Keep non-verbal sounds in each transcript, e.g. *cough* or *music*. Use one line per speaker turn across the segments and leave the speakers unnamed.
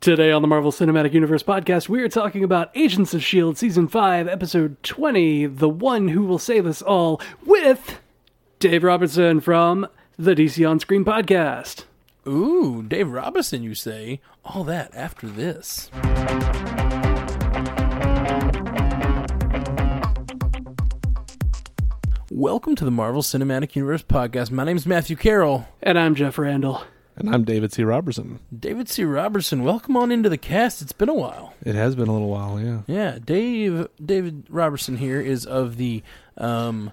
Today on the Marvel Cinematic Universe podcast, we are talking about Agents of S.H.I.E.L.D. E Season 5, Episode 20, The One Who Will Save Us All, with Dave Robertson from the DC On Screen podcast.
Ooh, Dave Robinson, you say? All that after this. Welcome to the Marvel Cinematic Universe podcast. My name is Matthew Carroll.
And I'm Jeff Randall.
And I'm David C. Robertson.
David C. Robertson, welcome on into the cast. It's been a while.
It has been a little while, yeah.
Yeah, Dave David Robertson here is of the um,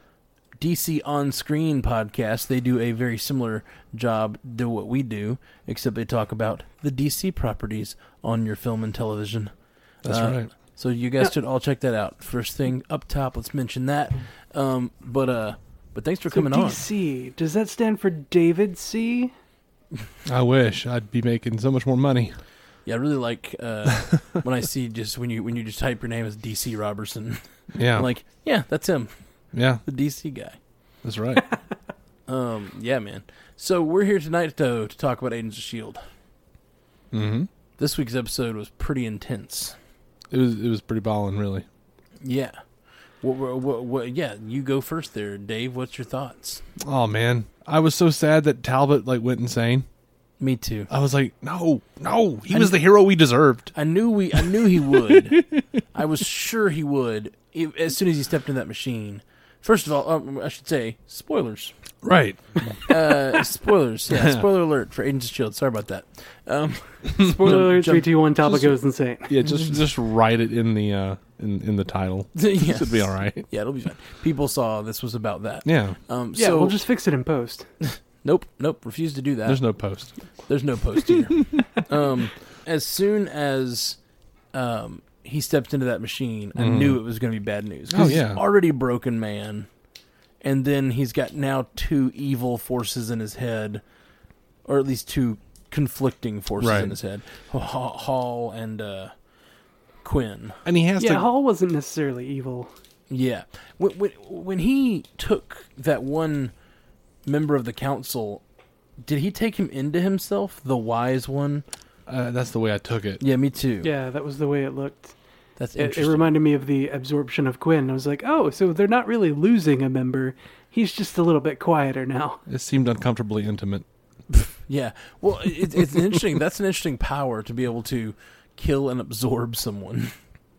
DC On Screen podcast. They do a very similar job to what we do, except they talk about the DC properties on your film and television.
That's
Uh,
right.
So you guys should all check that out. First thing up top, let's mention that. Um, but uh, but thanks for
So
coming on.
DC, does that stand for David C?
I wish I'd be making so much more money.
Yeah, I really like uh, when I see just when you when you just type your name as DC Robertson.
Yeah.
I'm like, yeah, that's him,
yeah,
the DC guy.
that's right.
Um, yeah, man. So we're here tonight to to talk about Agents of Shield.
mm-hmm.
E This week's episode was pretty intense.
It was it was pretty ballin', really.
Yeah. What, what, what, what, yeah, you go first there, Dave. What's your thoughts?
Oh man. I was so sad that Talbot like went insane.
Me too.
I was like, no, no, he
I
was
kn-
the hero we deserved.
I knew we. I knew he would. I was sure he would if, as soon as he stepped in that machine. First of all, um, I should say spoilers.
Right.
Uh, spoilers. Yeah, spoiler alert for Agents of Shield. E Sorry about that. Um,
Spoiler
jump-
321 Topic goes insane.
Yeah, just just write it in the uh in, in the title.
yes.
Should be all right.
Yeah, it'll be fine. People saw this was about that.
Yeah.
Um,
Yeah,
so
we'll just fix it in post.
nope, nope. Refuse to do that.
There's no post.
There's no post
*laughs*
here. um, as soon as um, he stepped into that machine, I knew it was going to be bad news. 'Cause
Mm-hmm. Oh,
he's
yeah.
already a broken man, and then he's got now two evil forces in his head, or at least two conflicting forces
Right.
in his head: Ha- Ha- Hall and uh, Quinn.
And he has
Yeah,
to
Hall wasn't necessarily evil.
Yeah. When, when, when he took that one member of the council, did he take him into himself, the wise one?
uh, that's the way I took it.
Yeah, me too.
Yeah, that was the way it looked.
That's
It,
interesting.
it reminded me of the absorption of Quinn. I was like, oh, so they're not really losing a member. He's just a little bit quieter now. *laughs*
It seemed uncomfortably intimate.
yeah. Well, it, it's an interesting. That's an interesting power to be able to kill and absorb someone.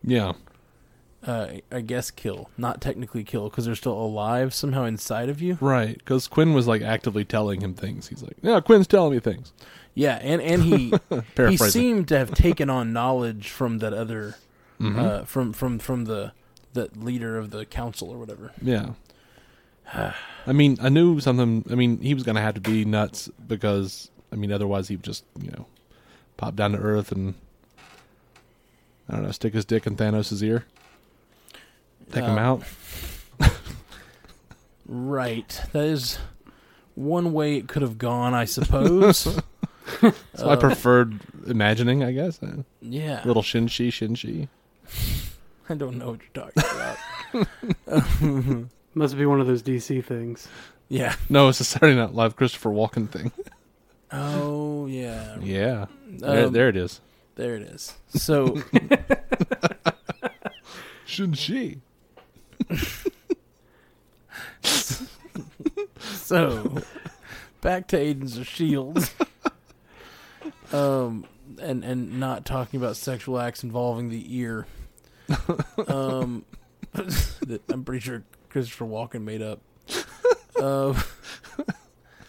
Yeah.
Uh, I guess kill, not technically kill, because they're still alive somehow inside of you.
Right, because Quinn was like actively telling him things. He's like, "Yeah, Quinn's telling me things."
Yeah, and and *laughs* he he
Paraphrasing.
seemed to have taken on knowledge from that other uh, from from from the the leader of the council or whatever.
Yeah. I mean, I knew something. I mean, he was going to have to be nuts because I mean, otherwise he'd just you know pop down to Earth and I don't know, stick his dick in Thanos' ear, take him
Uh,
out.
Right. That is one way it could have gone, I
*laughs*
suppose. Uh,
So I preferred imagining, I guess. Uh,
yeah.
Little Shinshi, Shinshi.
I don't know what you're talking
*laughs*
about.
Must be one of those DC things.
yeah.
No, it's a Saturday Night Live Christopher Walken thing.
Oh, yeah.
Yeah, there,
Um,
there it is.
There it is. So,
Shinshi.
so back to Agents of
*laughs*
Shield. E Um and and not talking about sexual acts involving the ear. Um that I'm pretty sure Christopher Walken made up. Uh,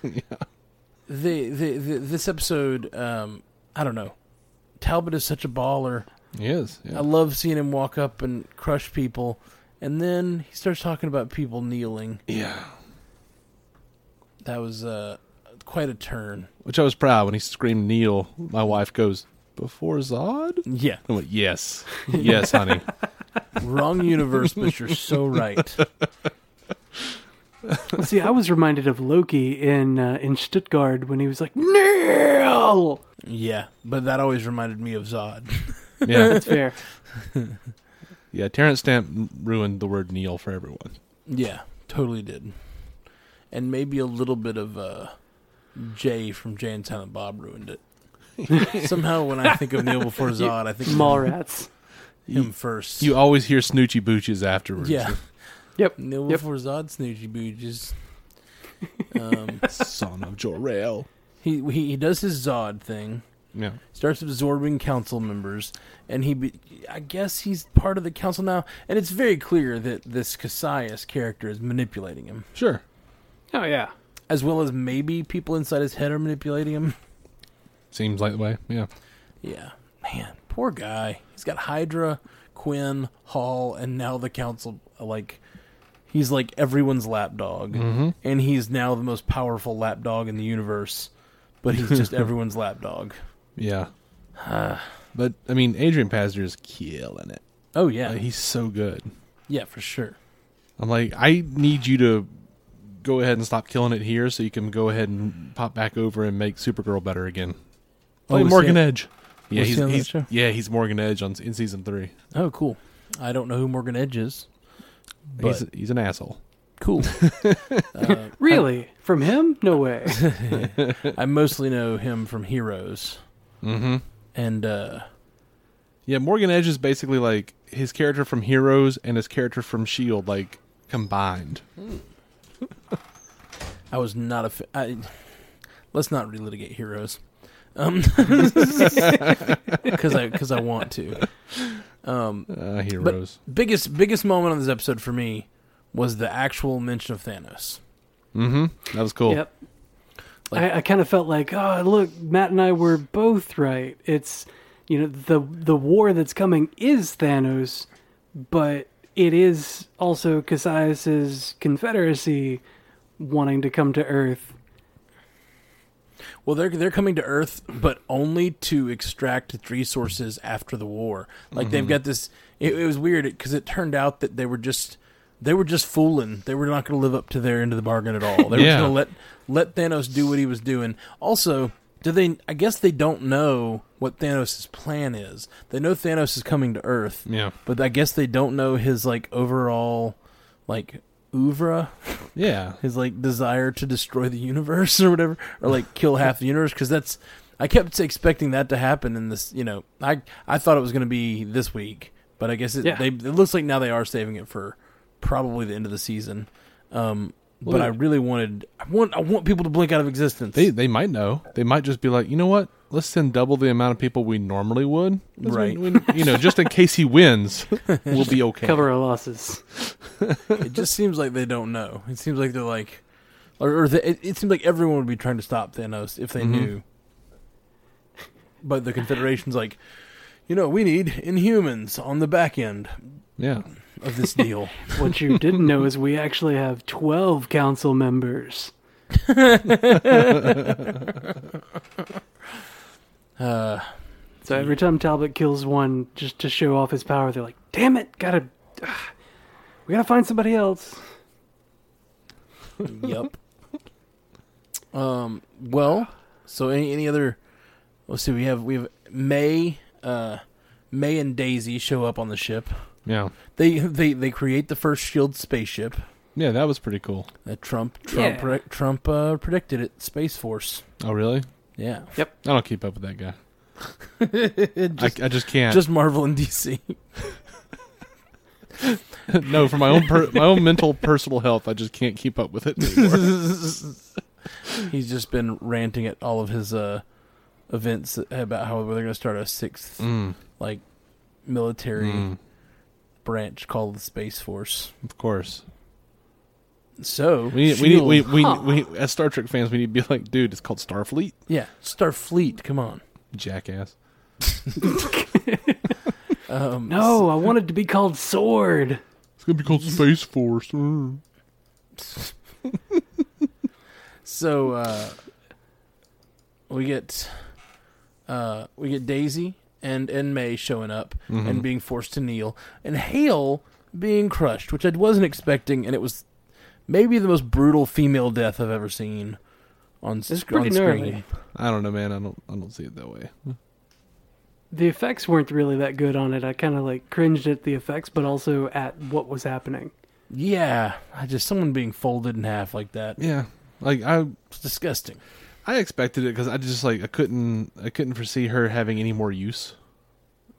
yeah.
the, the, the this episode um i don't know talbot is such a baller
He is. Yeah.
i love seeing him walk up and crush people and then he starts talking about people kneeling
yeah.
that was uh quite a turn
Which I was proud when he screamed Neil. My wife goes, Before Zod?
yeah
I went, Yes. Yes, honey.
*laughs* wrong universe but you're so right
Well, See, I was reminded of Loki in uh, in Stuttgart when he was like, Neil!
yeah but that always reminded me of zod
Yeah.
That's *laughs* fair.
Yeah. Terrence Stamp ruined the word Neil for everyone.
yeah totally did and maybe a little bit of uh jay from jay and silent bob ruined it *laughs* Somehow, when I think of Neil *laughs* before Zod, I think of
Mallrats.
him first.
You always hear snoochie booches afterwards.
yeah,
Yep.
Neil
Yep.
before Zod, Snoochie *laughs* Booges. Um,
Son of Jor-El.
he, he he does his Zod thing.
Yeah.
starts absorbing council members, and he, be, I guess he's part of the council now, and it's very clear that this Cassius character is manipulating him,
Sure.
Oh yeah.
as well as maybe people inside his head are manipulating him.
Seems like the way. Yeah.
Yeah, man, poor guy. He's got Hydra, Quinn, Hall, and now the council. Like, he's like everyone's lapdog, and he's now the most powerful lapdog in the universe. But he's *laughs* just everyone's lapdog.
Yeah. but I mean, Adrian Pasner is killing it.
Oh yeah,
Like, he's so good.
yeah for sure.
I'm like, I need you to go ahead and stop killing it here, so you can go ahead and pop back over and make Supergirl better again. Play
was he
Morgan
on-
Edge. Yeah,
was he
he's,
on that
he's-
show?
yeah he's Morgan Edge on in season three.
Oh, cool. I don't know who Morgan Edge is. But
He's he's an asshole.
*laughs* cool.
Really? From him? No way.
I mostly know him from Heroes.
Mm-hmm.
And uh
Yeah, Morgan Edge is basically like his character from Heroes and his character from Shield, E like combined.
I was not a fa- I let's not relitigate Heroes. Um *laughs* cuz I cuz I want to. Um
Uh, heroes.
biggest biggest moment on this episode for me was the actual mention of Thanos.
mm-hmm. That was cool.
Yep.
Like-
I, I kind of felt like, oh, look, Matt and I were both right. It's, you know, the the war that's coming is Thanos, but it is also Cassius's Confederacy wanting to come to Earth.
Well, they're they're coming to Earth, but only to extract its resources after the war. Like they've got this. It, it was weird because it turned out that they were just they were just fooling. They were not going to live up to their end of the bargain at all. They were just
Yeah.
going to let let Thanos do what he was doing. Also, do they? I guess they don't know what Thanos' plan is. They know Thanos is coming to Earth,
Yeah.
but I guess they don't know his like overall like oeuvre
Yeah.
his like desire to destroy the universe *laughs* or whatever, or like kill half the universe. Because that's I kept expecting that to happen in this. You know, I I thought it was going to be this week, but I guess it,
Yeah.
they, it looks like now they are saving it for probably the end of the season. Um, but
Well,
I really wanted I want I want people to blink out of existence.
They they might know. They might just be like, you know what? Let's send double the amount of people we normally would. 'Cause
Right.
when- when- you know, just in case he wins, we'll be okay.
Cover our losses.
it just seems like they don't know. It seems like they're like, or, or the, it, it seems like everyone would be trying to stop Thanos if they knew. But the Confederation's like, you know, we need Inhumans on the back end
Yeah.
of this deal.
What you didn't know is we actually have 12 council members.
uh,
So every time Talbot kills one just to show off his power, they're like, damn it, gotta. ah, we gotta find somebody else.
yep. Um. Well, so any any other? Let's see. We have we have May. Uh, May and Daisy show up on the ship.
Yeah.
They they they create the first shield E spaceship.
Yeah, that was pretty cool.
That Trump Trump
Yeah.
pre- Trump uh, predicted it. Space Force.
Oh, really?
Yeah.
I don't keep up with that guy. I, I *laughs* just can't.
Just Marvel and DC.
*laughs* no, for my own per, my own mental personal health, I just can't keep up with it. anymore.
*laughs* *laughs* He's just been ranting at all of his uh, events about how they're going to start a sixth
Mm,
*laughs* like military
mm,
branch called the Space Force.
of course,
So
we need, we, need, we,
SHIELD-
we,
Huh.
we as Star Trek fans, we need to be like, dude, it's called Starfleet,
yeah Starfleet. Come on.
jackass.
Um,
No, I wanted to be called Sword.
It's gonna
*laughs*
be called Space Force. Mm.
So uh, we get uh, we get Daisy and and May showing up and being forced to kneel, and Hale being crushed, which I wasn't expecting, and it was maybe the most brutal female death I've ever seen on, s-
It's
on
pretty
screen.
gnarly.
I don't know, man. I don't I don't see it that way.
The effects weren't really that good on it. I kind of like cringed at the effects, but also at what was happening.
Yeah, I just someone being folded in half like that.
Yeah, like I
It's disgusting.
I expected it because I just like I couldn't I couldn't foresee her having any more use.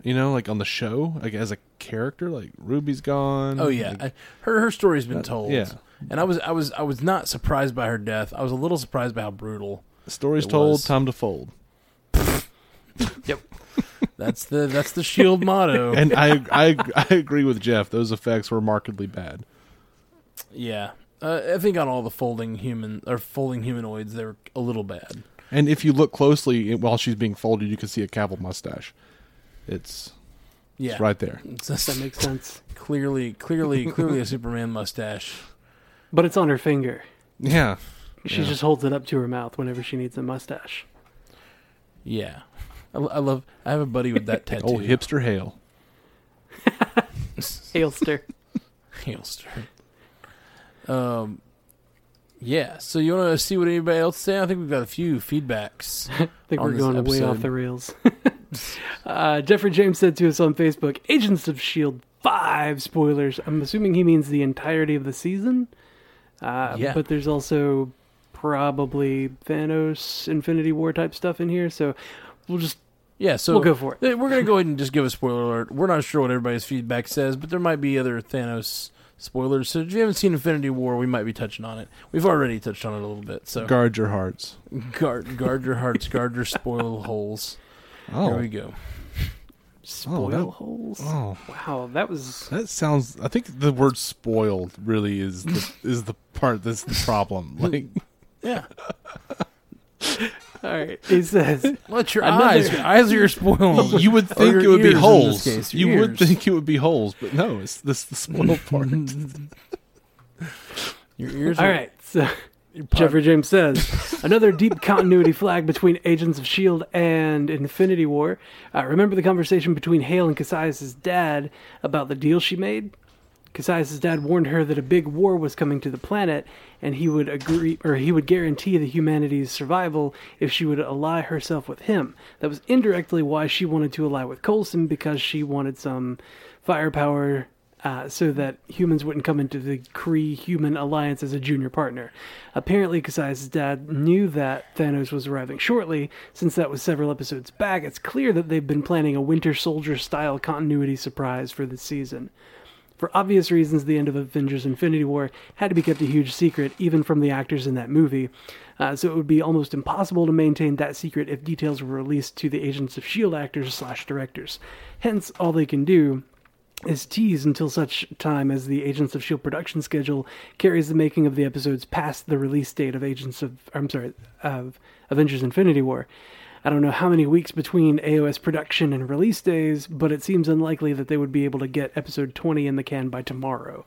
You know, like on the show, like as a character, like Ruby's gone.
Oh yeah,
like,
I, her her story's been told.
yeah.
and I was I was I was not surprised by her death. I was a little surprised by how brutal.
stories
it
told,
was.
time to fold.
Yep, that's the that's the shield motto.
And I I I agree with Jeff. Those effects were markedly bad.
yeah, uh, I think on all the folding human or folding humanoids, they're a little bad.
And if you look closely while she's being folded, you can see a Cavill mustache. It's
Yeah, *laughs*
it's right there.
It's
That
just
makes sense.
clearly, clearly, clearly a Superman mustache.
But it's on her finger.
Yeah.
She
Yeah.
just holds it up to her mouth whenever she needs a mustache.
Yeah, I, I love. I have a buddy with that tattoo. *laughs*
Oh, hipster hail.
Hailster.
Hailster. Um, yeah. So you want to see what anybody else say? I think we've got a few feedbacks.
I think
on
we're
this
going way
episode.
off the rails. *laughs* uh, Jeffrey James said to us on Facebook, "Agents of Shield E five spoilers." I'm assuming he means the entirety of the season. Uh,
Yeah.
But there's also probably Thanos Infinity War type stuff in here, so we'll just
Yeah. So
we'll go for it.
Hey, Eh, We're gonna go ahead and just give a spoiler alert. We're not sure what everybody's feedback says, but there might be other Thanos spoilers. So if you haven't seen Infinity War, we might be touching on it. We've already touched on it a little bit. So
Guard your hearts.
guard, guard your hearts, guard your spoil holes.
Oh.
Here we go. Oh,
Spoil
that-
holes.
Oh.
Wow, that was
That sounds. I think the word "spoiled" really is the, is the part that's the
*laughs*
problem. Like,
Yeah,
all right. He
*laughs*
says,
let your
Another-
eyes your eyes are
*laughs*
your spoil.
you would
Or
think
Oh, your
it would be
ears in this
holes.
case, your
you would
ears.
think it would be holes, but no, it's this
*laughs*
the spoiled part.
Your ears.
"All
are-
right, so."
your pod-
Jeffrey James says, another deep continuity flag between Agents of S.H.I.E.L.D. E and Infinity War. Uh, remember the conversation between Hale and Cassius' dad about the deal she made? Cassius' dad warned her that a big war was coming to the planet, and he would agree or he would guarantee the humanity's survival if she would ally herself with him. That was indirectly why she wanted to ally with Coulson because she wanted some firepower uh, so that humans wouldn't come into the Kree human alliance as a junior partner. Apparently, Kasai's dad knew that Thanos was arriving shortly. Since that was several episodes back, it's clear that they've been planning a Winter Soldier style continuity surprise for this season. For obvious reasons, the end of Avengers Infinity War had to be kept a huge secret, even from the actors in that movie. Uh, so it would be almost impossible to maintain that secret if details were released to the Agents of S.H.I.E.L.D. E actors slash directors. Hence, all they can do is teased until such time as the Agents of Shield E production schedule carries the making of the episodes past the release date of Agents of I'm sorry of Avengers Infinity War. I don't know how many weeks between AOS production and release days, but it seems unlikely that they would be able to get episode 20 in the can by tomorrow.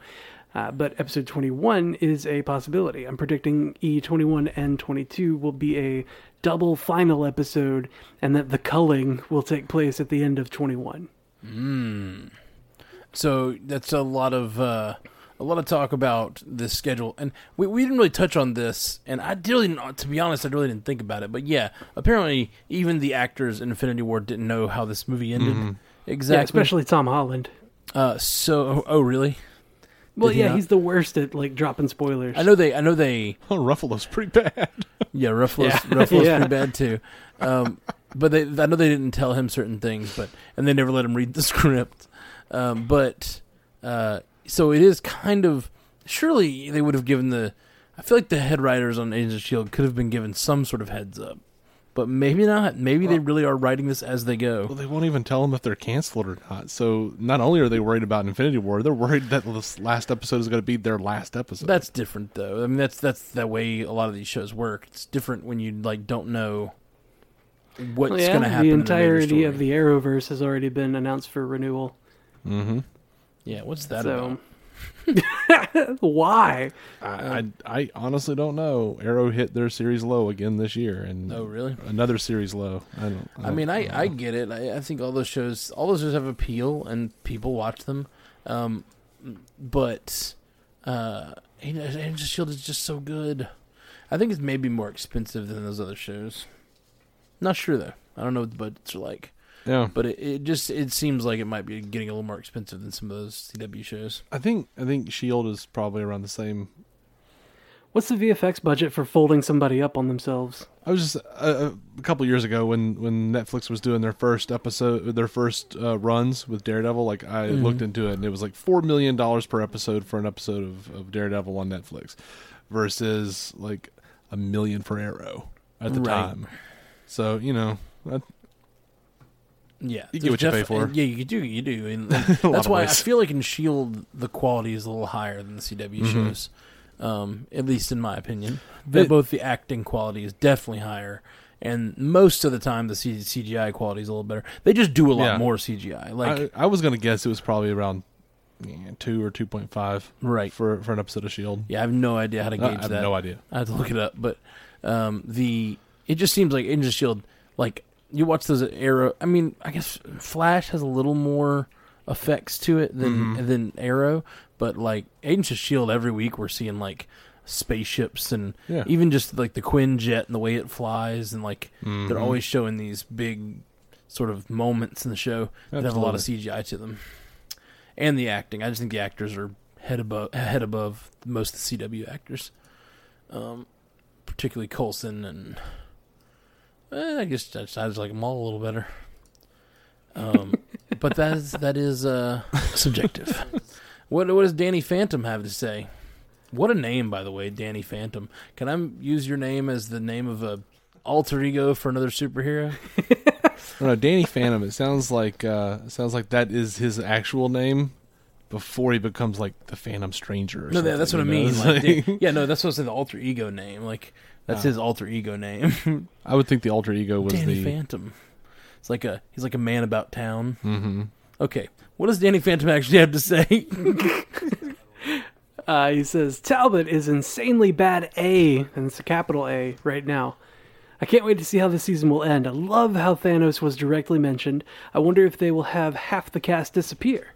Uh, but episode 21 is a possibility. I'm predicting E21 and 22 will be a double final episode, and that the culling will take place at the end of 21.
So that's a lot of uh, a lot of talk about this schedule, and we, we didn't really touch on this. And I really, didn't, to be honest, I really didn't think about it. But yeah, apparently, even the actors in Infinity War didn't know how this movie ended exactly.
Mm-hmm. Yeah, especially Tom Holland.
uh, so, oh really?
Well,
Did he
yeah,
not?
he's the worst at like dropping spoilers.
I know they. I know they.
oh, Ruffalo's pretty bad.
Yeah, Ruffalo's,
Yeah. *laughs*
Ruffalo's
Yeah.
pretty bad too. Um, but they, I know they didn't tell him certain things, but and they never let him read the *laughs* script. Um, but uh, so it is kind of surely they would have given the. I feel like the head writers on Agents of Shield E could have been given some sort of heads up, but maybe not. Maybe they really are writing this as they
Well,
go.
they won't even tell them if they're canceled or not. So not only are they worried about Infinity War, they're worried that this last episode is going to be their last episode.
That's different though. I mean, that's that's the way a lot of these shows work. It's different when you like don't know what's
yeah,
going to happen.
the
in a later
entirety of
story.
the Arrowverse has already been announced for renewal.
hmm
yeah. What's that about?
so, *laughs* why?
I,
Um,
I I honestly don't know. Arrow hit their series low again this year, and
Oh really?
another series low. I don't. I,
I
don't-
mean, I,
don't
I
know.
get it. I, I think all those shows, all those shows have appeal, and people watch them. Um, but uh, Agents Agents of Shield E is just so good. I think it's maybe more expensive than those other shows. Not sure though. I don't know what the budgets are like,
yeah.
but it, it just it seems like it might be getting a little more expensive than some of those CW shows.
E I think I think Shield is probably around the same
What's the VFX budget for folding somebody up on themselves?
I was just uh, a couple years ago when when Netflix was doing their first episode, their first uh, runs with Daredevil. Like I
Mm-hmm.
looked into it, and it was like four million dollars per episode for an episode of, of Daredevil on Netflix, versus like a million for Arrow at the
Right.
time. So you know, *laughs* that,
Yeah,
You get what you pay for.
Yeah, you do, you do, and
*laughs* lot
that's
of
why I
ways.
feel like in Shield the quality is a little higher than the CW
Mm-hmm.
shows, um, at least in my opinion. But
It-
both the acting quality is definitely higher, and most of the time the C- CGI quality is a little better. They just do a lot
Yeah.
more CGI, like
I, I was gonna guess it was probably around yeah, two or two point five
right.
for for an episode of Shield.
Yeah, I have no idea how to
E I-
gauge
I have
that.
no idea.
I had to look it up, but um, the it just seems like Agents of Shield. E Like you watch those Arrow. I mean, I guess Flash has a little more effects to it than than Arrow, but like Agents of Shield, E every week we're seeing like spaceships and
Yeah.
even just like the Quinjet and the way it flies, and like
Mm-hmm.
they're always showing these big sort of moments in the show that have a lot of CGI to them, and the acting. I just think the actors are head above head above most of the CW actors Um, particularly Colson and eh, I guess I just, I just like them all a little better. Um, but that is that is uh, subjective. what what does Danny Phantom have to say? What a name, by the way, Danny Phantom. Can I use your name as the name of a alter ego for another superhero?
I don't know, Danny Phantom. It sounds like uh, it sounds like that is his actual name before he becomes like the Phantom Stranger. Or
No,
something,
that, that's what I
you know? *laughs*
mean.
It's
Like,
like-
Dan- yeah, no, that's what I said. The alter ego name, like that's his alter ego name,
I would think the alter ego
*laughs*
was
Danny
the.
Phantom. It's like a he's like a man about town.
Mhm.
Okay, what does Danny Phantom actually have to say? *laughs*
Uh, he says Talbot is insanely bad A, and it's a capital A right now. I can't wait to see how this season will end. I love how Thanos was directly mentioned. I wonder if they will have half the cast disappear.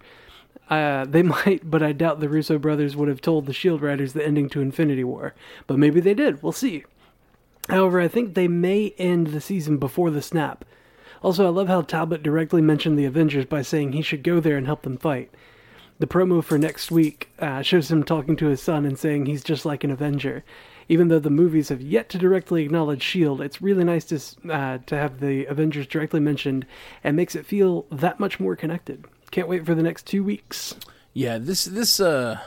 Uh, they *laughs* might, but I doubt the Russo brothers would have told the Shield Riders the ending to Infinity War. But maybe they did. We'll see. However, I think they may end the season before the snap. Also, I love how Talbot directly mentioned the Avengers by saying he should go there and help them fight. The promo for next week uh, shows him talking to his son and saying he's just like an Avenger. Even though the movies have yet to directly acknowledge S.H.I.E.L.D., E it's really nice to, s- uh, to have the Avengers directly mentioned and makes it feel that much more connected. Can't wait for the next two weeks.
Yeah, this this uh,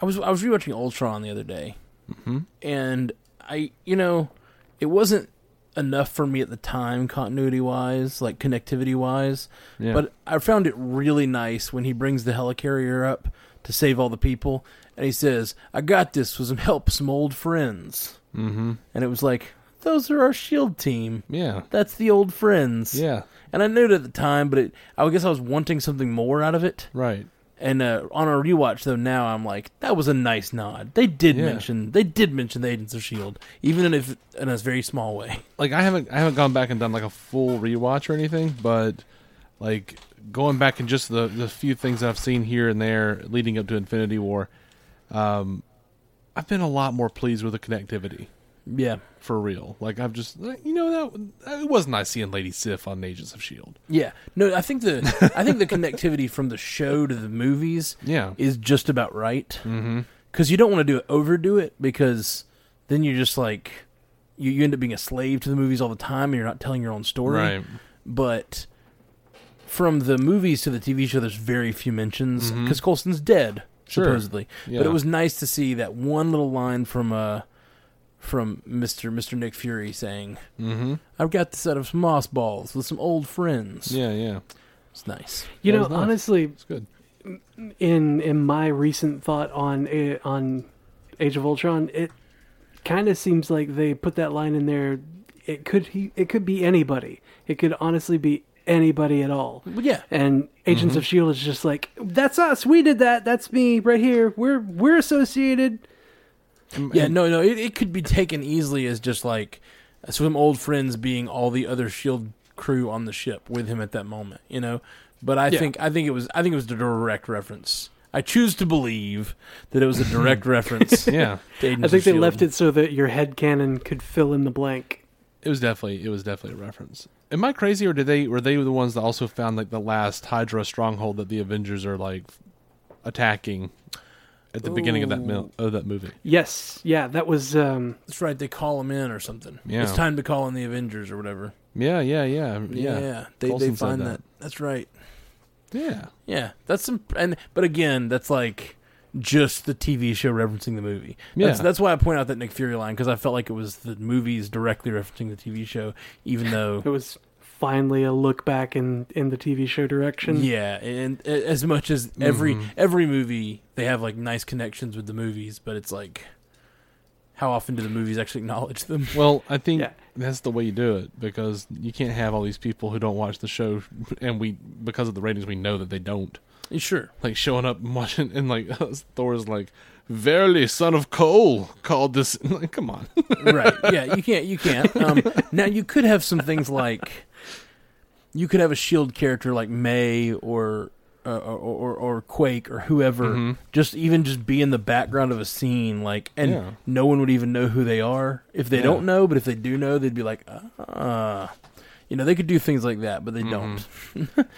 I was I was rewatching Ultron the other day,
Mm-hmm.
and I you know, it wasn't enough for me at the time continuity wise, like connectivity wise,
Yeah.
but I found it really nice when he brings the helicarrier up to save all the people, and he says, "I got this with some help, some old friends," mm-hmm. and it was like, "Those are our shield team."
Yeah,
That's the old friends.
yeah,
And I knew it at the time, but it, I guess I was wanting something more out of it.
right.
And uh, on a rewatch, though, now I'm like, that was a nice nod. They did
Yeah.
mention, they did mention the Agents of Shield, E even if in a very small way.
Like I haven't I haven't gone back and done like a full rewatch or anything, but like going back and just the the few things I've seen here and there leading up to Infinity War, um, I've been a lot more pleased with the connectivity.
Yeah,
for real. Like I've just you know that it was nice seeing Lady Sif on Agents of Shield.
yeah. No, I think the I think the connectivity from the show to the movies,
Yeah.
is just about right. Because mm-hmm. you don't want to do it, overdo it, because then you're just like, you, you end up being a slave to the movies all the time, and you're not telling your own story. but from the movies to the TV show, there's very few mentions because Colson's dead
Mm-hmm. Sure.
supposedly.
Yeah.
But it was nice to see that one little line from uh from Mister Mister Nick Fury saying,
Mm-hmm.
"I've got this out of some moss balls with some old friends."
Yeah, yeah.
It's nice.
You
That
know,
was nice.
honestly,
It's good.
in in my recent thought on A- on Age of Ultron, it kind of seems like they put that line in there. It could he, it could be anybody. It could honestly be anybody at all.
But yeah,
and Agents
Mm-hmm.
of Shield E is just like that's us. We did that. That's me right here. We're we're associated.
yeah, no, no. It, it could be taken easily as just like some old friends being all the other Shield E crew on the ship with him at that moment, you know. But I
Yeah.
think I think it was I think it was a direct reference. I choose to believe that it was a direct reference.
Yeah.
I think
E
E
they left it so that your head cannon could fill in the blank.
it was definitely it was definitely a reference. Am I crazy or did they were they the ones that also found like the last Hydra stronghold that the Avengers are like attacking at the beginning of that mil- of that movie.
Yes, yeah, that was um,
That's right. They call him in or something.
Yeah.
It's time to call in the Avengers or whatever.
Yeah, yeah, yeah,
Yeah.
yeah,
They, they
Coulson said
find that.
that.
That's right.
yeah.
Yeah. That's some. And but again, that's like just the TV show referencing the movie. That's,
Yeah.
that's why I point out that Nick Fury line because I felt like it was the movies directly referencing the TV show, even though
it was finally a look back in in the TV show direction.
Yeah, and a- as much as every every movie they have like nice connections with the movies, but it's like how often do the movies actually *laughs* acknowledge them?
Well, I think
Yeah.
that's the way you do it because you can't have all these people who don't watch the show, and we because of the ratings, we know that they don't.
Sure.
Like showing up and watching, *laughs* and like Thor's like, "Verily, son of Cole called this." *laughs* Like, come on,
right. Yeah, you can't you can't. Um, now you could have some things like you could have a shield E character like May or uh, or, or or Quake or whoever
Mm-hmm.
just even just be in the background of a scene like and
Yeah.
no one would even know who they are if they
Yeah.
don't know, but if they do know, they'd be like, "Ah." You know, they could do things like that, but they
Mm-hmm.
don't.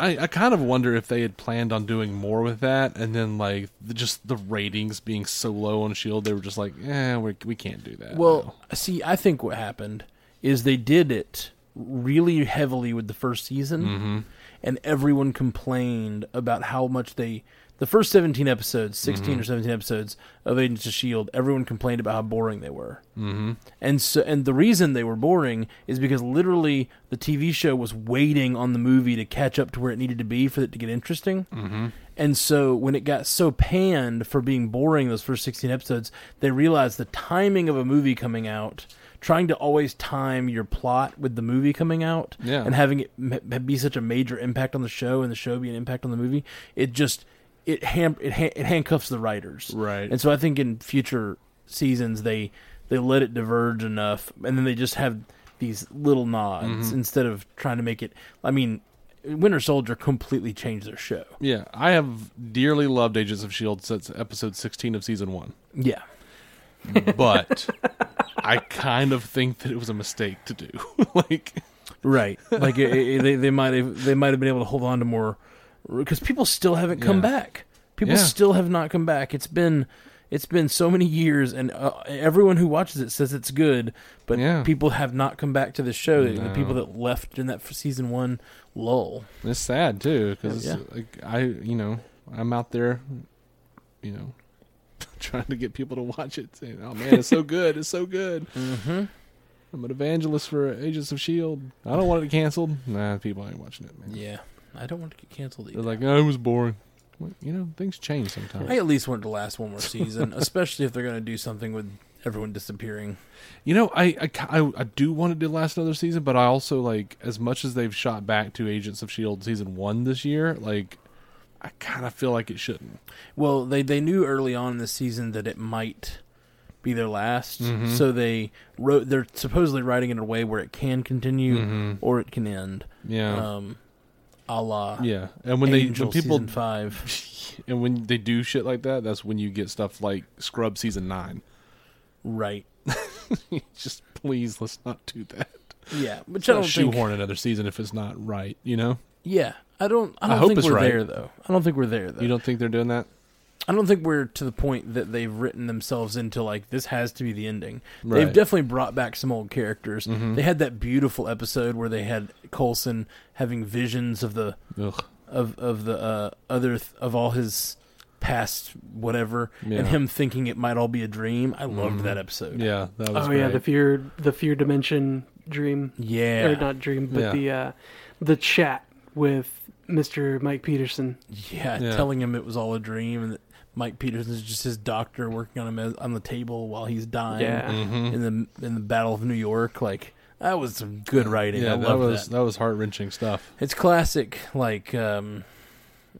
I, I kind of wonder if they had planned on doing more with that, and then like the, just the ratings being so low on Shield, E they were just like, "Eh, we we can't do that."
Well, see, I think what happened is they did it really heavily with the first season, and everyone complained about how much they. The first 17 episodes, 16 or 17 episodes of Agents of S.H.I.E.L.D., E everyone complained about how boring they were. Mm-hmm. And so, and the reason they were boring is because literally the TV show was waiting on the movie to catch up to where it needed to be for it to get interesting. Mm-hmm. And so when it got so panned for being boring those first 16 episodes, they realized the timing of a movie coming out, trying to always time your plot with the movie coming out
Yeah.
and having it m- be such a major impact on the show and the show be an impact on the movie, it just it ham- it, ha- it handcuffs the writers.
Right.
And so I think in future seasons they they let it diverge enough, and then they just have these little nods
Mm-hmm.
instead of trying to make it. I mean, Winter Soldier completely changed their show.
yeah, I have dearly loved Agents of Shield E since episode sixteen of season one,
Yeah.
but I kind of think that it was a mistake to do. *laughs* like, *laughs*
Right. Like it, it- they they might have they might have been able to hold on to more because people still haven't come
Yeah.
back. People
Yeah.
still have not come back. It's been it's been so many years, and uh, everyone who watches it says it's good, but
Yeah.
people have not come back to the show. The- The
No.
people that left in that f- season one lull.
it's sad too because
Yeah.
like, I you know I'm out there, you know, *laughs* trying to get people to watch it. Saying, "Oh man, it's
*laughs*
so good! It's so good!"
Mm-hmm.
I'm an evangelist for Agents of Shield. I don't want it canceled. Nah, people ain't watching it, man.
Yeah, I don't want to get canceled either.
They're like, oh, it was boring. Well, you know, things change sometimes.
I at least want it to last one more season, *laughs* especially if they're going to do something with everyone disappearing.
You know, I, I, ca- I, I do want it to last another season, but I also like as much as they've shot back to Agents of Shield E season one this year, like I kind of feel like it shouldn't.
Well, they they knew early on in the season that it might be their last,
Mm-hmm.
so they wrote. They're supposedly writing it in a way where it can continue or it can end.
Mm-hmm. Yeah,
Um, a la
yeah. And when they
Angel
when people
season five.
*laughs* and when they do shit like that, that's when you get stuff like Scrub season nine. *laughs*
Right.
Just please, let's not do that.
Yeah, which I
Don't
don't think.
shoehorn another season if it's not right. You know,
Yeah, I don't. I
I
don't
hope
think
it's
we're
right.
there though. I don't think we're there though.
you don't think they're doing that?
I don't think we're to the point that they've written themselves into like this has to be the ending. They've
Right. Mm-hmm.
definitely brought back some old characters. They had that beautiful episode where they had Colson having visions of the
Ugh.
of of the uh, other th- of all his past whatever,
Yeah. Mm-hmm.
and him thinking it might all be a dream. I loved that episode.
Yeah, that was.
oh yeah, the
great.
fear the fear dimension dream
Yeah.
or not dream, but
Yeah.
the uh, the chat with Mr. Mike Peterson.
yeah,
Yeah.
telling him it was all a dream, and that Mike Peterson is just his doctor working on him as, on the table while he's dying
Yeah.
Mm-hmm.
in the in the Battle of New York. Like that was some good writing.
Yeah,
I
that
love
was that, was heart wrenching stuff.
It's classic. Like um,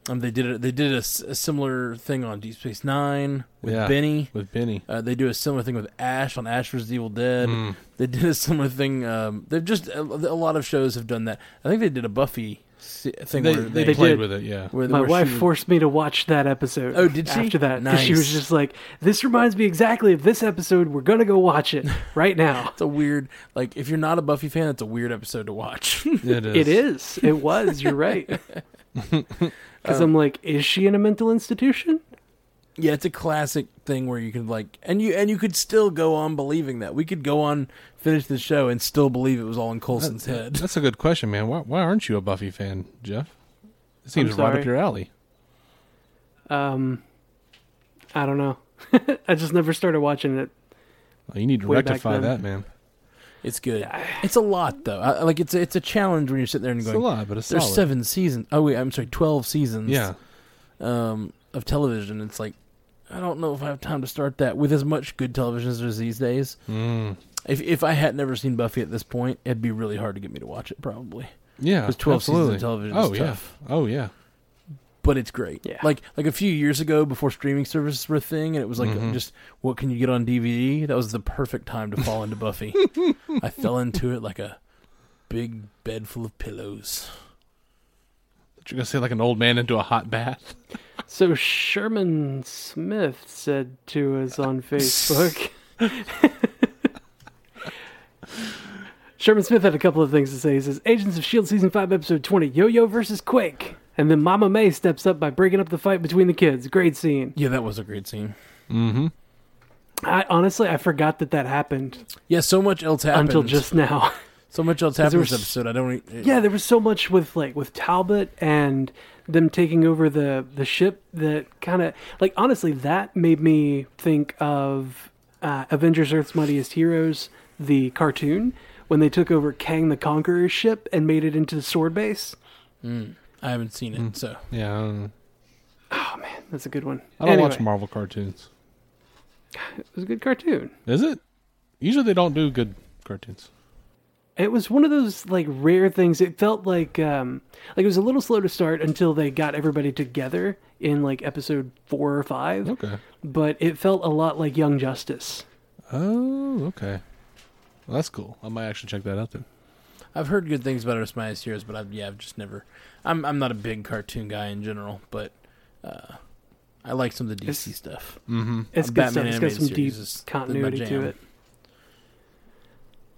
um they did it. They did a, s- a similar thing on Deep Space Nine with
Yeah.
Benny.
with Benny.
Uh, they do a similar thing with Ash on Ash vs. Evil Dead.
Mm.
They did a similar thing. Um, they've just a, a lot of shows have done that. I think they did a Buffy se- thing
They,
where
they,
they,
played
did.
with
*laughs*
it, yeah.
where
My
where she
wife
would-
forced me to watch that episode.
Oh, did she?
After that, 'cause she
Nice.
was just like, "This reminds me exactly of this episode. We're gonna go watch
*laughs*
it right now."
It's a weird like if you're not a Buffy fan, it's a weird episode to watch. *laughs*
It is.
It is. It
Um,
was. You're right. Because I'm like, is she in a mental institution?
Yeah, it's a classic thing where you could like, and you and you could still go on believing that. We could go on finish the show and still believe it was all in Colson's head. *laughs*
That's a good question, man. Why, why aren't you a Buffy fan, Jeff? It seems
I'm
right
sorry.
up your alley.
Um, I don't know. *laughs* I just never started watching it.
Well, you need to
Way back
rectify
then.
that, man.
It's good. It's a lot though. I, like it's a, it's a challenge when you're sitting there and
It's
going,
a lot, but it's
"There's
solid.
seven seasons." Oh wait, I'm sorry, twelve seasons.
Yeah,
um, of television. It's like I don't know if I have time to start that with as much good television as there's these days.
mm.
If if I had never seen Buffy at this point, it'd be really hard to get me to watch it probably.
yeah.
Because twelve
absolutely.
seasons of television
Oh
is
yeah.
tough.
Oh yeah.
But it's great.
Yeah.
Like like a few years ago before streaming services were a thing and it was like
Mhm.
just what can you get on DVD? That was the perfect time to fall into Buffy. I fell into it like a big bed full of pillows.
You're gonna say like an old man into a hot bath.
So Sherman Smith said to us on Facebook. Sherman Smith had a couple of things to say. He says, Agents of S.H.I.E.L.D. E Season 5, Episode 20, Yo Yo versus Quake. And then Mama May steps up by breaking up the fight between the kids. Great scene.
Yeah, that was a great scene.
Mm-hmm.
I honestly, I forgot that that happened
Yeah, so much else happened.
until just now. *laughs*
so much else happened
there
in this
was-
episode. I don't. e-
yeah, there was so much with like with Talbot and them taking over the the ship that kind of like honestly that made me think of uh, Avengers: Earth's Mightiest Heroes, the cartoon when they took over Kang the Conqueror's ship and made it into Sword Base.
I haven't seen it, so
Yeah. I don't, know.
That's a good one.
I don't
Anyway,
watch Marvel cartoons.
It was a good cartoon.
Is it? Usually they don't do good cartoons.
It was one of those like rare things. It felt like um like it was a little slow to start until they got everybody together in like episode 4 or 5,
Okay.
but it felt a lot like Young Justice.
Oh, okay. Well, that's cool. I might actually check that out then.
I've heard good things about Earth's Mightiest Heroes, but I've, yeah, I've just never. I'm I'm not a big cartoon guy in general, but uh, I like some of the DC
It's-
stuff.
Mm-hmm.
It's
Uh,
good
Batman
stuff. It's got
animated
some deep
series is my
continuity
jam.
to it.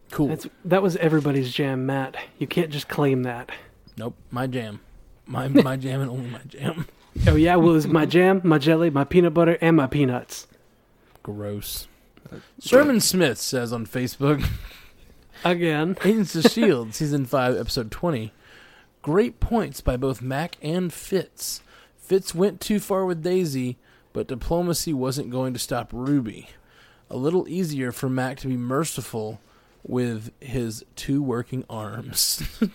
Cool.
That's that was everybody's jam, Matt. You can't just claim that.
Nope, my jam, my my jam and only my jam.
Oh yeah, well it's
*laughs*
my jam, my jelly, my peanut butter, and my peanuts.
Gross. Sherman Smith says on Facebook, *laughs*
Again.
Agents of S.H.I.E.L.D., E Season 5, Episode 20. Great points by both Mac and Fitz. Fitz went too far with Daisy, but diplomacy wasn't going to stop Ruby. A little easier for Mac to be merciful with his two working arms. *laughs*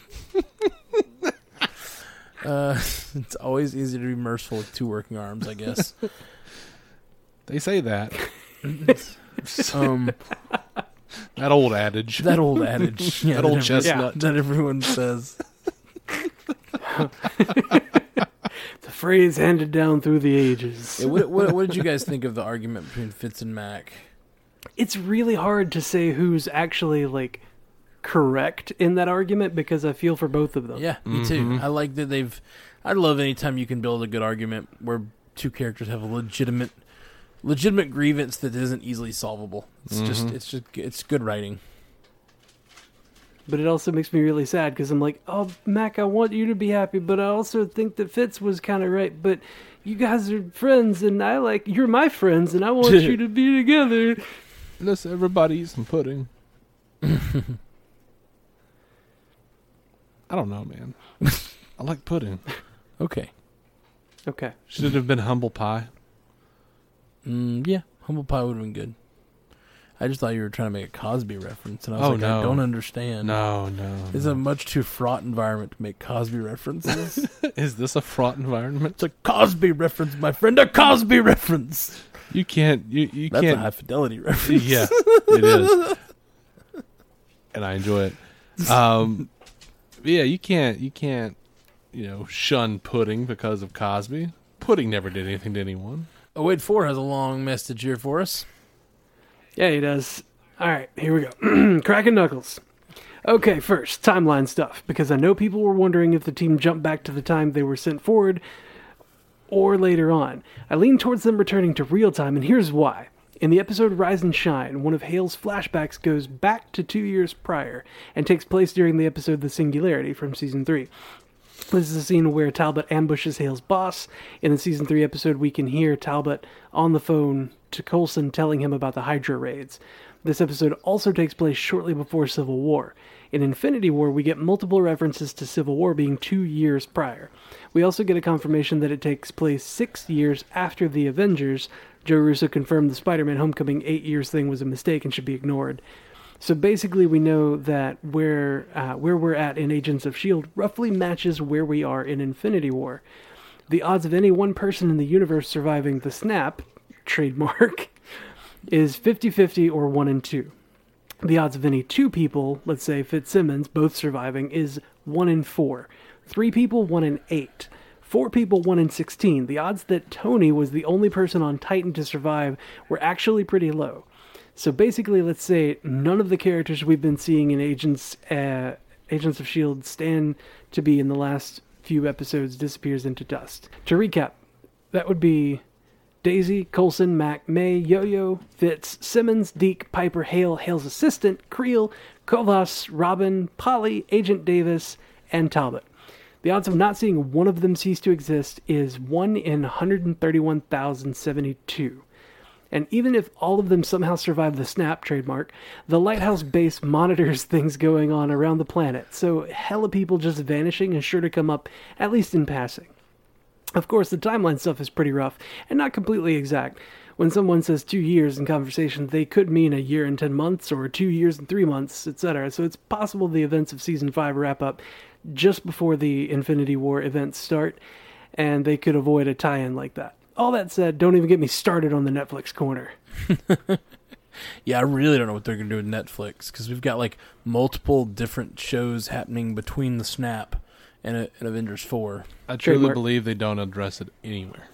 uh, *laughs* it's always easier to be merciful with two working arms, I guess.
They say that.
Um,
*laughs* That old adage.
*laughs* that old
*laughs*
adage. Yeah,
That old
every-
chestnut.
That everyone says.
The phrase handed down through the ages.
*laughs* Yeah, what, what, what did you guys think of the argument between Fitz and Mac?
It's really hard to say who's actually like correct in that argument because I feel for both of them.
Yeah, me too.
Mm-hmm.
I like that they've. I love anytime you can build a good argument where two characters have a legitimate, legitimate grievance that isn't easily solvable. It's just,
Mm-hmm.
it's just, it's good writing.
But it also makes me really sad because I'm like, oh, Mac, I want you to be happy, but I also think that Fitz was kind of right. But you guys are friends, and I like you're my friends, and I
*laughs*
want you to be together.
Let's everybody eat some *laughs* pudding. I don't know, man. I like pudding.
Okay.
Okay,
Should it have been humble pie?
Mm, yeah, humble pie would have been good. I just thought you were trying to make a Cosby reference, and I was
Oh,
like, I
no.
don't understand.
No, no.
It's a much too fraught environment to make Cosby references. it's
Is this a fraught environment?
a Cosby reference, my friend. A Cosby reference.
You can't. You you
That's a
can't.
high fidelity reference.
*laughs* yeah, it is. And I enjoy it. Um, yeah, you can't. You can't. You know, shun pudding because of Cosby. Pudding never did anything to anyone.
Oh, wait, four has a long message here for us.
yeah, he does. All right, here we go. *clears throat* Cracking knuckles. Okay, first timeline stuff because I know people were wondering if the team jumped back to the time they were sent forward or later on. I lean towards them returning to real time, and here's why. In the episode Rise and Shine, one of Hale's flashbacks goes back to two years prior and takes place during the episode The Singularity from season 3. This is a scene where Talbot ambushes Hale's boss. In the season three episode, we can hear Talbot on the phone to Coulson telling him about the Hydra raids. This episode also takes place shortly before Civil War. In Infinity War, we get multiple references to Civil War being two years prior. We also get a confirmation that it takes place six years after the Avengers. Joe Russo confirmed the Spider Man Homecoming eight years thing was a mistake and should be ignored. So basically, we know that where uh, where we're at in Agents of Shield E roughly matches where we are in Infinity War. The odds of any one person in the universe surviving the snap, trademark, *laughs* is 50-50 or one in two. The odds of any two people, let's say Fitzsimmons, both surviving is one in four. Three people, one in eight. Four people, one in 16. The odds that Tony was the only person on Titan to survive were actually pretty low. So basically, let's say none of the characters we've been seeing in Agents uh, Agents of Shield stand to be in the last few episodes disappears into dust. To recap, that would be Daisy, Colson, Mac, May, Yo-Yo, Fitz, Simmons, Deke, Piper, Hale, Hale's assistant, Creel, Kovas, Robin, Polly, Agent Davis, and Talbot. The odds of not seeing one of them cease to exist is 1 in 131,072. And even if all of them somehow survive the snap trademark, the lighthouse base monitors *laughs* things going on around the planet, so hella people just vanishing is sure to come up, at least in passing. Of course, the timeline stuff is pretty rough and not completely exact. When someone says two years in conversation, they could mean a year and 10 months or two years and three months, etc. So it's possible the events of season 5 wrap up just before the Infinity War events start, and they could avoid a tie in like that. All that said, don't even get me started on the Netflix corner.
Yeah, I really don't know what they're going to do with Netflix because we've got like multiple different shows happening between the snap and, uh, and Avengers Four.
I truly
Trademark.
believe they don't address it anywhere.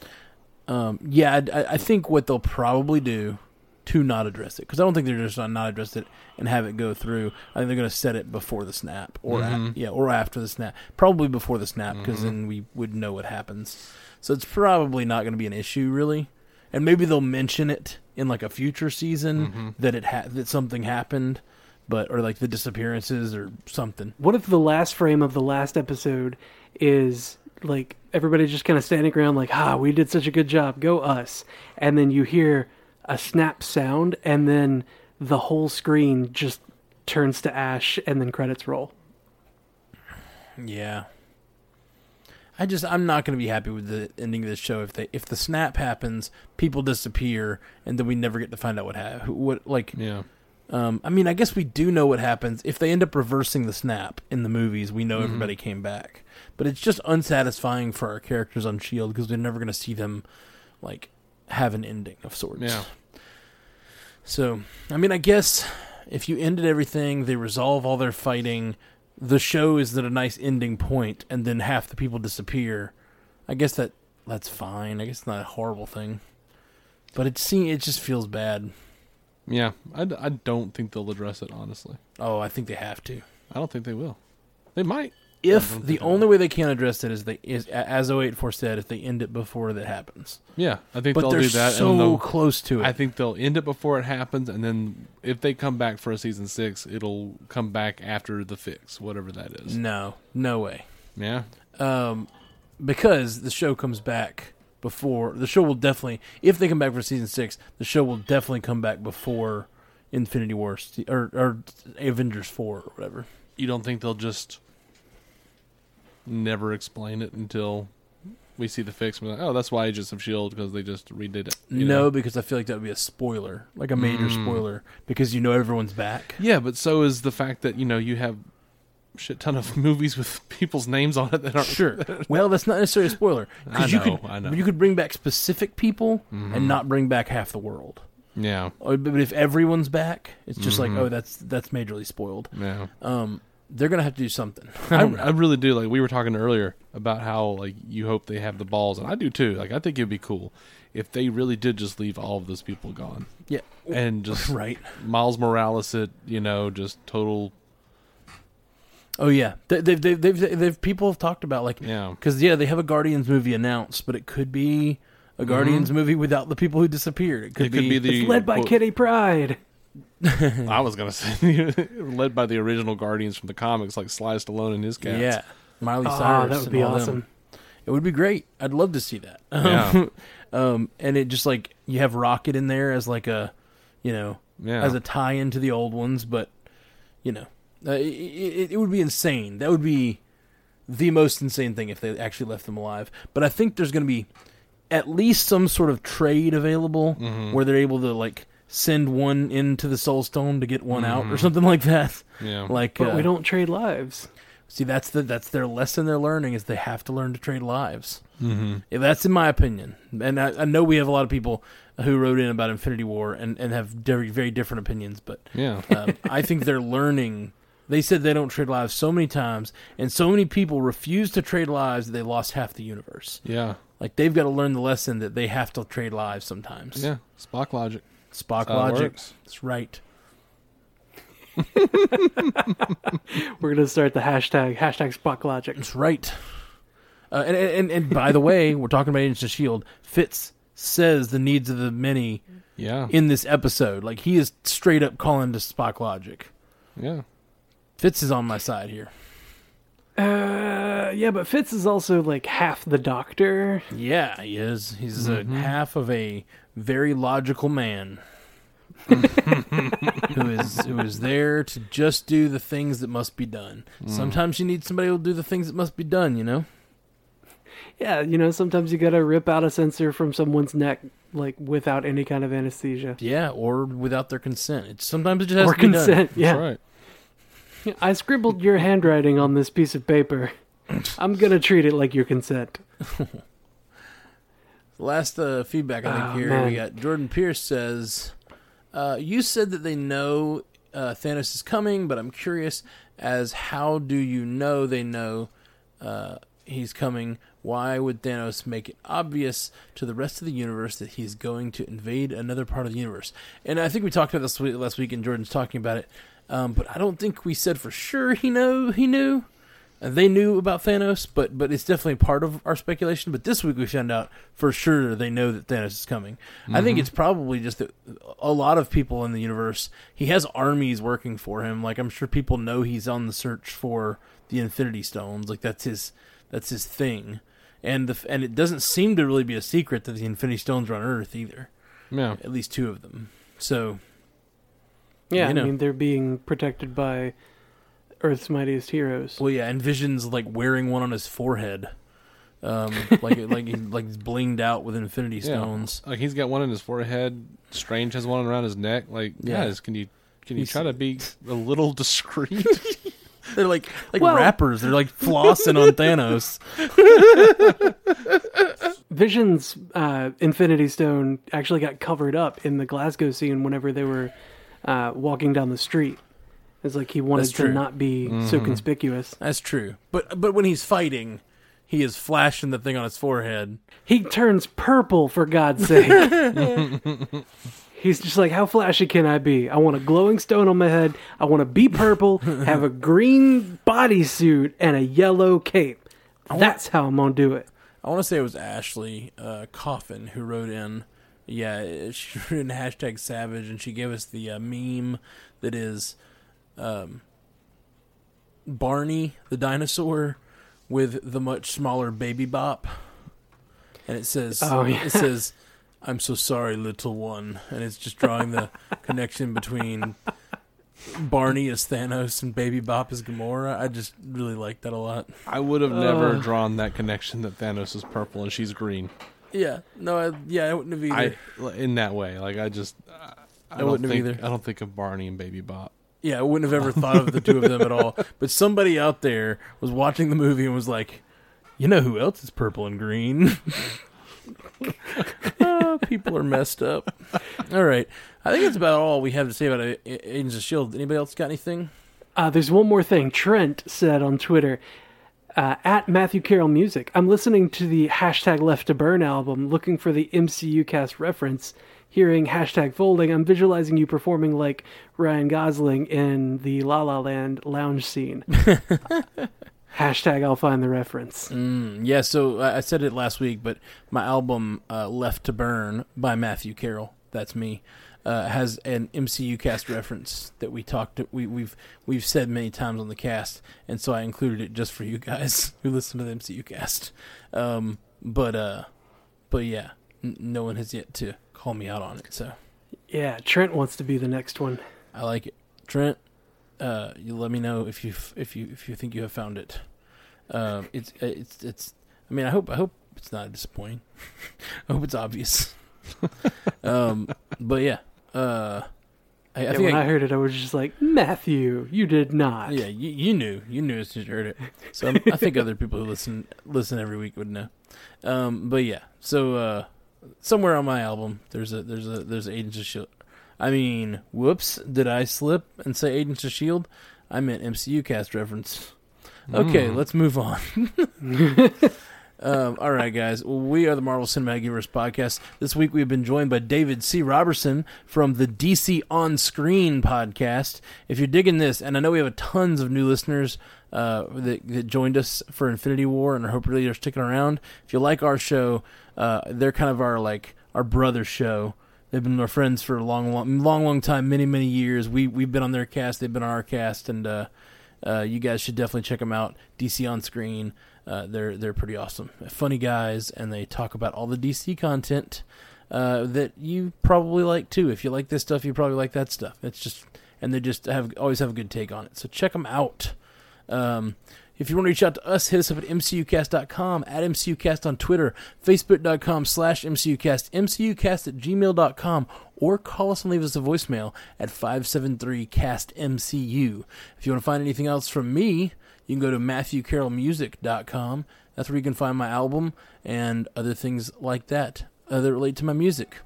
Um, yeah, I- I, I think what they'll probably do to not address it because I don't think they're just gonna not address it and have it go through. I think they're going to set it before the snap or a- yeah, or after the snap, probably before the snap because then we would know what happens. So it's probably not going to be an issue really, and maybe they'll mention it in like a future season that it ha- that something happened, but or like the disappearances or something.
What if the last frame of the last episode is like everybody just kind of standing around, like, ah, we did such a good job, go us. And then you hear a snap sound, and then the whole screen just turns to ash, and then credits roll.
Yeah. I just I'm not going to be happy with the ending of this show if they if the snap happens, people disappear, and then we never get to find out what ha- who- what like.
Yeah.
Um, I mean, I guess we do know what happens if they end up reversing the snap in the movies. We know everybody came back, but it's just unsatisfying for our characters on Shield because we're never going to see them like have an ending of sorts.
Yeah.
So, I mean, I guess if you ended everything, they resolve all their fighting, the show is at a nice ending point, and then half the people disappear. I guess that that's fine. I guess it's not a horrible thing, but it seems it just feels bad.
Yeah. I, d- I don't think they'll address it, honestly.
Oh, I think they have to.
I don't think they will. They might.
If the only way they can address it is they is a- as 084 said, if they end it before that happens.
Yeah. I think
But
they'll
they're
do that. and
so
they'll-
close to it.
I think they'll end it before it happens, and then if they come back for a season six, it'll come back after the fix, whatever that is.
no, no way.
Yeah,
um, because the show comes back before the show will definitely if they come back for season six, the show will definitely come back before Infinity War se- or, or Avengers four or whatever.
you don't think they'll just never explain it until we see the fix? We're like, oh, that's why Agents of Shield because they just redid it. you
no,
know?
because I feel like that would be a spoiler, like a major
Mm.
spoiler, because you know everyone's back.
yeah, but so is the fact that you know you have shit ton of *laughs* movies with people's names on it that aren't *laughs*
Sure. well, that's not necessarily a spoiler. 'cause
I
you
know,
could,
I know. Mm-hmm.
You could bring back specific people and not bring back half the world.
Yeah,
Or- But if everyone's back, it's just
Mm-hmm.
like, oh, that's that's majorly spoiled.
yeah.
Um, they're gonna have to do
*laughs*
something. *laughs*
I,
don't know.
I really do. Like we were talking earlier about how like you hope they have the balls, and I do too. Like I think it'd be cool if they really did just leave all of those people gone
Yeah,
and
*laughs*
just
right.
Miles Morales it. You know, just total.
Oh yeah, they, they've, they've they've they've people have talked about like
Yeah,
because yeah they have a Guardians movie announced, but it could be a Guardians movie without the people who disappeared. It could,
Mm-hmm. it could be, the
It's led by
well, *laughs*
Kitty Pride.
I was gonna say led by the original Guardians from the comics, like Sly Stallone and his cats.
yeah. Miley
Ah,
Cyrus.
that would
and
be
all them.
awesome.
It would be great. I'd love to see that. *laughs*
Yeah.
um, and it just like you have Rocket in there as like a, you know,
Yeah.
as a tie in to the old ones, but you know, uh, it, it, it would be insane. That would be the most insane thing if they actually left them alive. But I think there's going to be at least some sort of trade available
Mm-hmm.
where they're able to like send one into the Soul Stone to get one out or something like that.
Yeah.
Like,
Mm-hmm. But
uh,
we don't trade lives.
See, that's the that's their lesson they're learning is they have to learn to trade lives. Mm-hmm. that's in my opinion, and I, I know we have a lot of people who wrote in about Infinity War and and have very very different opinions, but
yeah.
um,
*laughs*
I think they're learning. They said they don't trade lives so many times, and so many people refuse to trade lives that they lost half the universe.
Yeah.
Like they've got to learn the lesson that they have to trade lives sometimes.
Yeah. Spock logic.
Spock
how it
logic.
works.
That's right.
We're gonna start the hashtag hashtag Spock
*laughs*
Logic.
That's right. Uh, and, and and by the way, *laughs* we're talking about Agents of Shield. E Fitz says the needs of the many
Yeah.
in this episode. Like he is straight up calling to Spock logic.
yeah.
Fitz is on my side here.
Uh, yeah, but Fitz is also like half the Doctor.
Yeah, he is. He's
Mm-hmm.
a half of a very
*laughs*
logical man who is who is there to just do the things that must be done.
Mm.
Sometimes you need somebody who'll do the things that must be done. You know.
Yeah, you know, sometimes you gotta rip out a sensor from someone's neck like without any kind of anesthesia
Yeah, or without their consent. It's sometimes it just has
or
to be done.
consent. Yeah,
That's right.
I scribbled your handwriting on this piece of paper. I'm gonna treat it like your consent.
Last uh, feedback I think
Oh,
here
man.
we got Jordan Pierce says, uh, "You said that they know uh, Thanos is coming, but I'm curious as how do you know they know uh, he's coming? Why would Thanos make it obvious to the rest of the universe that he's going to invade another part of the universe?" And I think we talked about this we- last week, and Jordan's talking about it, um, but I don't think we said for sure he know he knew. Uh, they knew about Thanos, but but it's definitely part of our speculation. But this week we found out for sure they know that Thanos is coming. I think it's probably just that a lot of people in the universe. He has armies working for him. Like I'm sure people know he's on the search for the Infinity Stones. Like that's his that's his thing. And the f- and it doesn't seem to really be a secret that the Infinity Stones are on Earth either.
Yeah.
At least two of them. So
Yeah,
You know.
I mean they're being protected by Earth's mightiest heroes.
well, yeah, and Vision's like wearing one on his forehead. *laughs* Um, like like he, like he's blinged out with Infinity Stones.
Yeah. Like he's got one in his forehead. Strange has one around his neck. Like,
Yeah.
guys, can you can you
He's-
try to be a
*laughs*
little discreet?
They're like like
Well-
rappers. They're like flossing *laughs* on Thanos.
Vision's uh, Infinity Stone actually got covered up in the Glasgow scene whenever they were uh, walking down the street. It's like he wanted
That's
to
true.
not be so conspicuous.
That's true. But but when he's fighting, he is flashing the thing on his forehead.
He turns purple for God's sake. He's just like, how flashy can I be? I want a glowing stone on my head. I want to be purple, have a green bodysuit, and a yellow cape. That's how I'm gonna do it.
I want to say it was Ashley uh, Coffin who wrote in. Yeah, *laughs* she wrote in hashtag Savage, and she gave us the uh, meme that is um, Barney the dinosaur with the much smaller Baby Bop, and it says
Oh, yeah.
it says I'm so sorry, little one, and it's just
*laughs*
drawing the connection between Barney as Thanos and Baby Bop as Gamora. I just really like that a lot.
I would have never drawn that connection that Thanos is purple and she's green.
Yeah, no, I, yeah, I wouldn't have either.
I in that way. Like I just I, I don't
wouldn't have
think
either.
I don't think of Barney and Baby Bop.
Yeah, I wouldn't have ever thought of the two of them at all. But somebody out there was watching the movie and was like, "You know who else is purple and green?" *laughs* Ah, people are messed up. All right, I think that's about all we have to say about A- A- Agents of Shield. E Anybody else got anything?
Uh, there's one more thing. Trent said on Twitter, uh, at Matthew Carroll Music, I'm listening to the hashtag Left to Burn album, looking for the MCU cast reference. Hearing hashtag folding, I'm visualizing you performing like Ryan Gosling in the La La Land lounge
*laughs*
scene. hashtag I'll find the reference.
Mm, Yeah, so I I said uh, it last week, but my album uh, "Left to Burn" by Matthew Carroll. That's me. uh, has an MCU cast reference that we talked we we've we've said many times on the cast, and so I included it just for you guys *laughs* who listen to the MCU cast. Um, but uh, but yeah, n- no one has yet to call me out on it, so
Yeah, Trent wants to be the next one.
I like it. Trent, uh, you let me know if you if you if you think you have found it. Um, it's it's it's. I mean, I hope I hope it's not disappointing. *laughs* I hope it's obvious. *laughs* um, but yeah, uh, I, I
Yeah,
think
when
I,
I heard it, I was just like, Matthew, you did not.
yeah, you, you knew, you knew as soon as you heard it. So I'm, I think other people who listen listen every week would know. Um, but yeah, so uh, somewhere on my album, there's a there's a there's Agents of Shield. I mean, whoops, did I slip and say Agents of Shield? I meant MCU cast reference. Okay,
Mm.
let's move on. *laughs* um, all right, guys. Well, we are the Marvel Cinematic Universe podcast. This week we've been joined by David C. Robertson from the DC On Screen podcast. If you're digging this, and I know we have a tons of new listeners uh, that, that joined us for Infinity War, and I hope really you're sticking around. If you like our show, uh, they're kind of our like our brother show. They've been our friends for a long, long, long, long time, many, many years. We we've been on their cast, they've been on our cast, and uh, uh, you guys should definitely check them out. DC on Screen, uh, they're they're pretty awesome, funny guys, and they talk about all the DC content uh, that you probably like too. If you like this stuff, you probably like that stuff. It's just and they just have always have a good take on it. So check them out. Um, if you want to reach out to us, hit us up at mcucast.com, at mcucast on Twitter, facebook.com slash mcucast, mcucast at gmail.com, or call us and leave us a voicemail at 573-CAST-MCU. If you want to find anything else from me, you can go to matthewcarrollmusic.com. That's where you can find my album and other things like that uh, that relate to my music.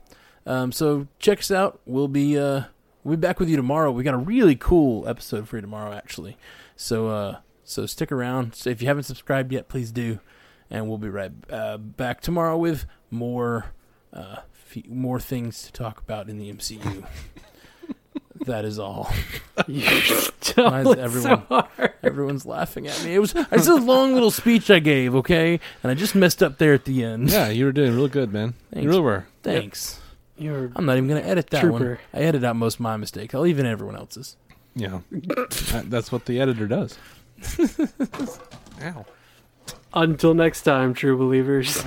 Um, so check us out. We'll be uh, we'll be back with you tomorrow. We got a really cool episode for you tomorrow, actually. So uh, so stick around. So if you haven't subscribed yet, please do, and we'll be right uh, back tomorrow with more uh, fe- more things to talk about in the MCU. *laughs* that is all.
*laughs* You
is
don't.
everyone-
Everyone. So hard.
Everyone's laughing at me. It was it's a long little speech I gave, okay, and I just messed up there at the end.
*laughs* Yeah, you were doing real good, man.
Thanks.
You really were.
Thanks.
You're
I'm not even gonna edit that one.
Trooper.
I edit out most of my mistakes. I'll even everyone else's.
Yeah, That- that's what the
*laughs*
editor does. Ow.
*laughs*
until next time, true believers.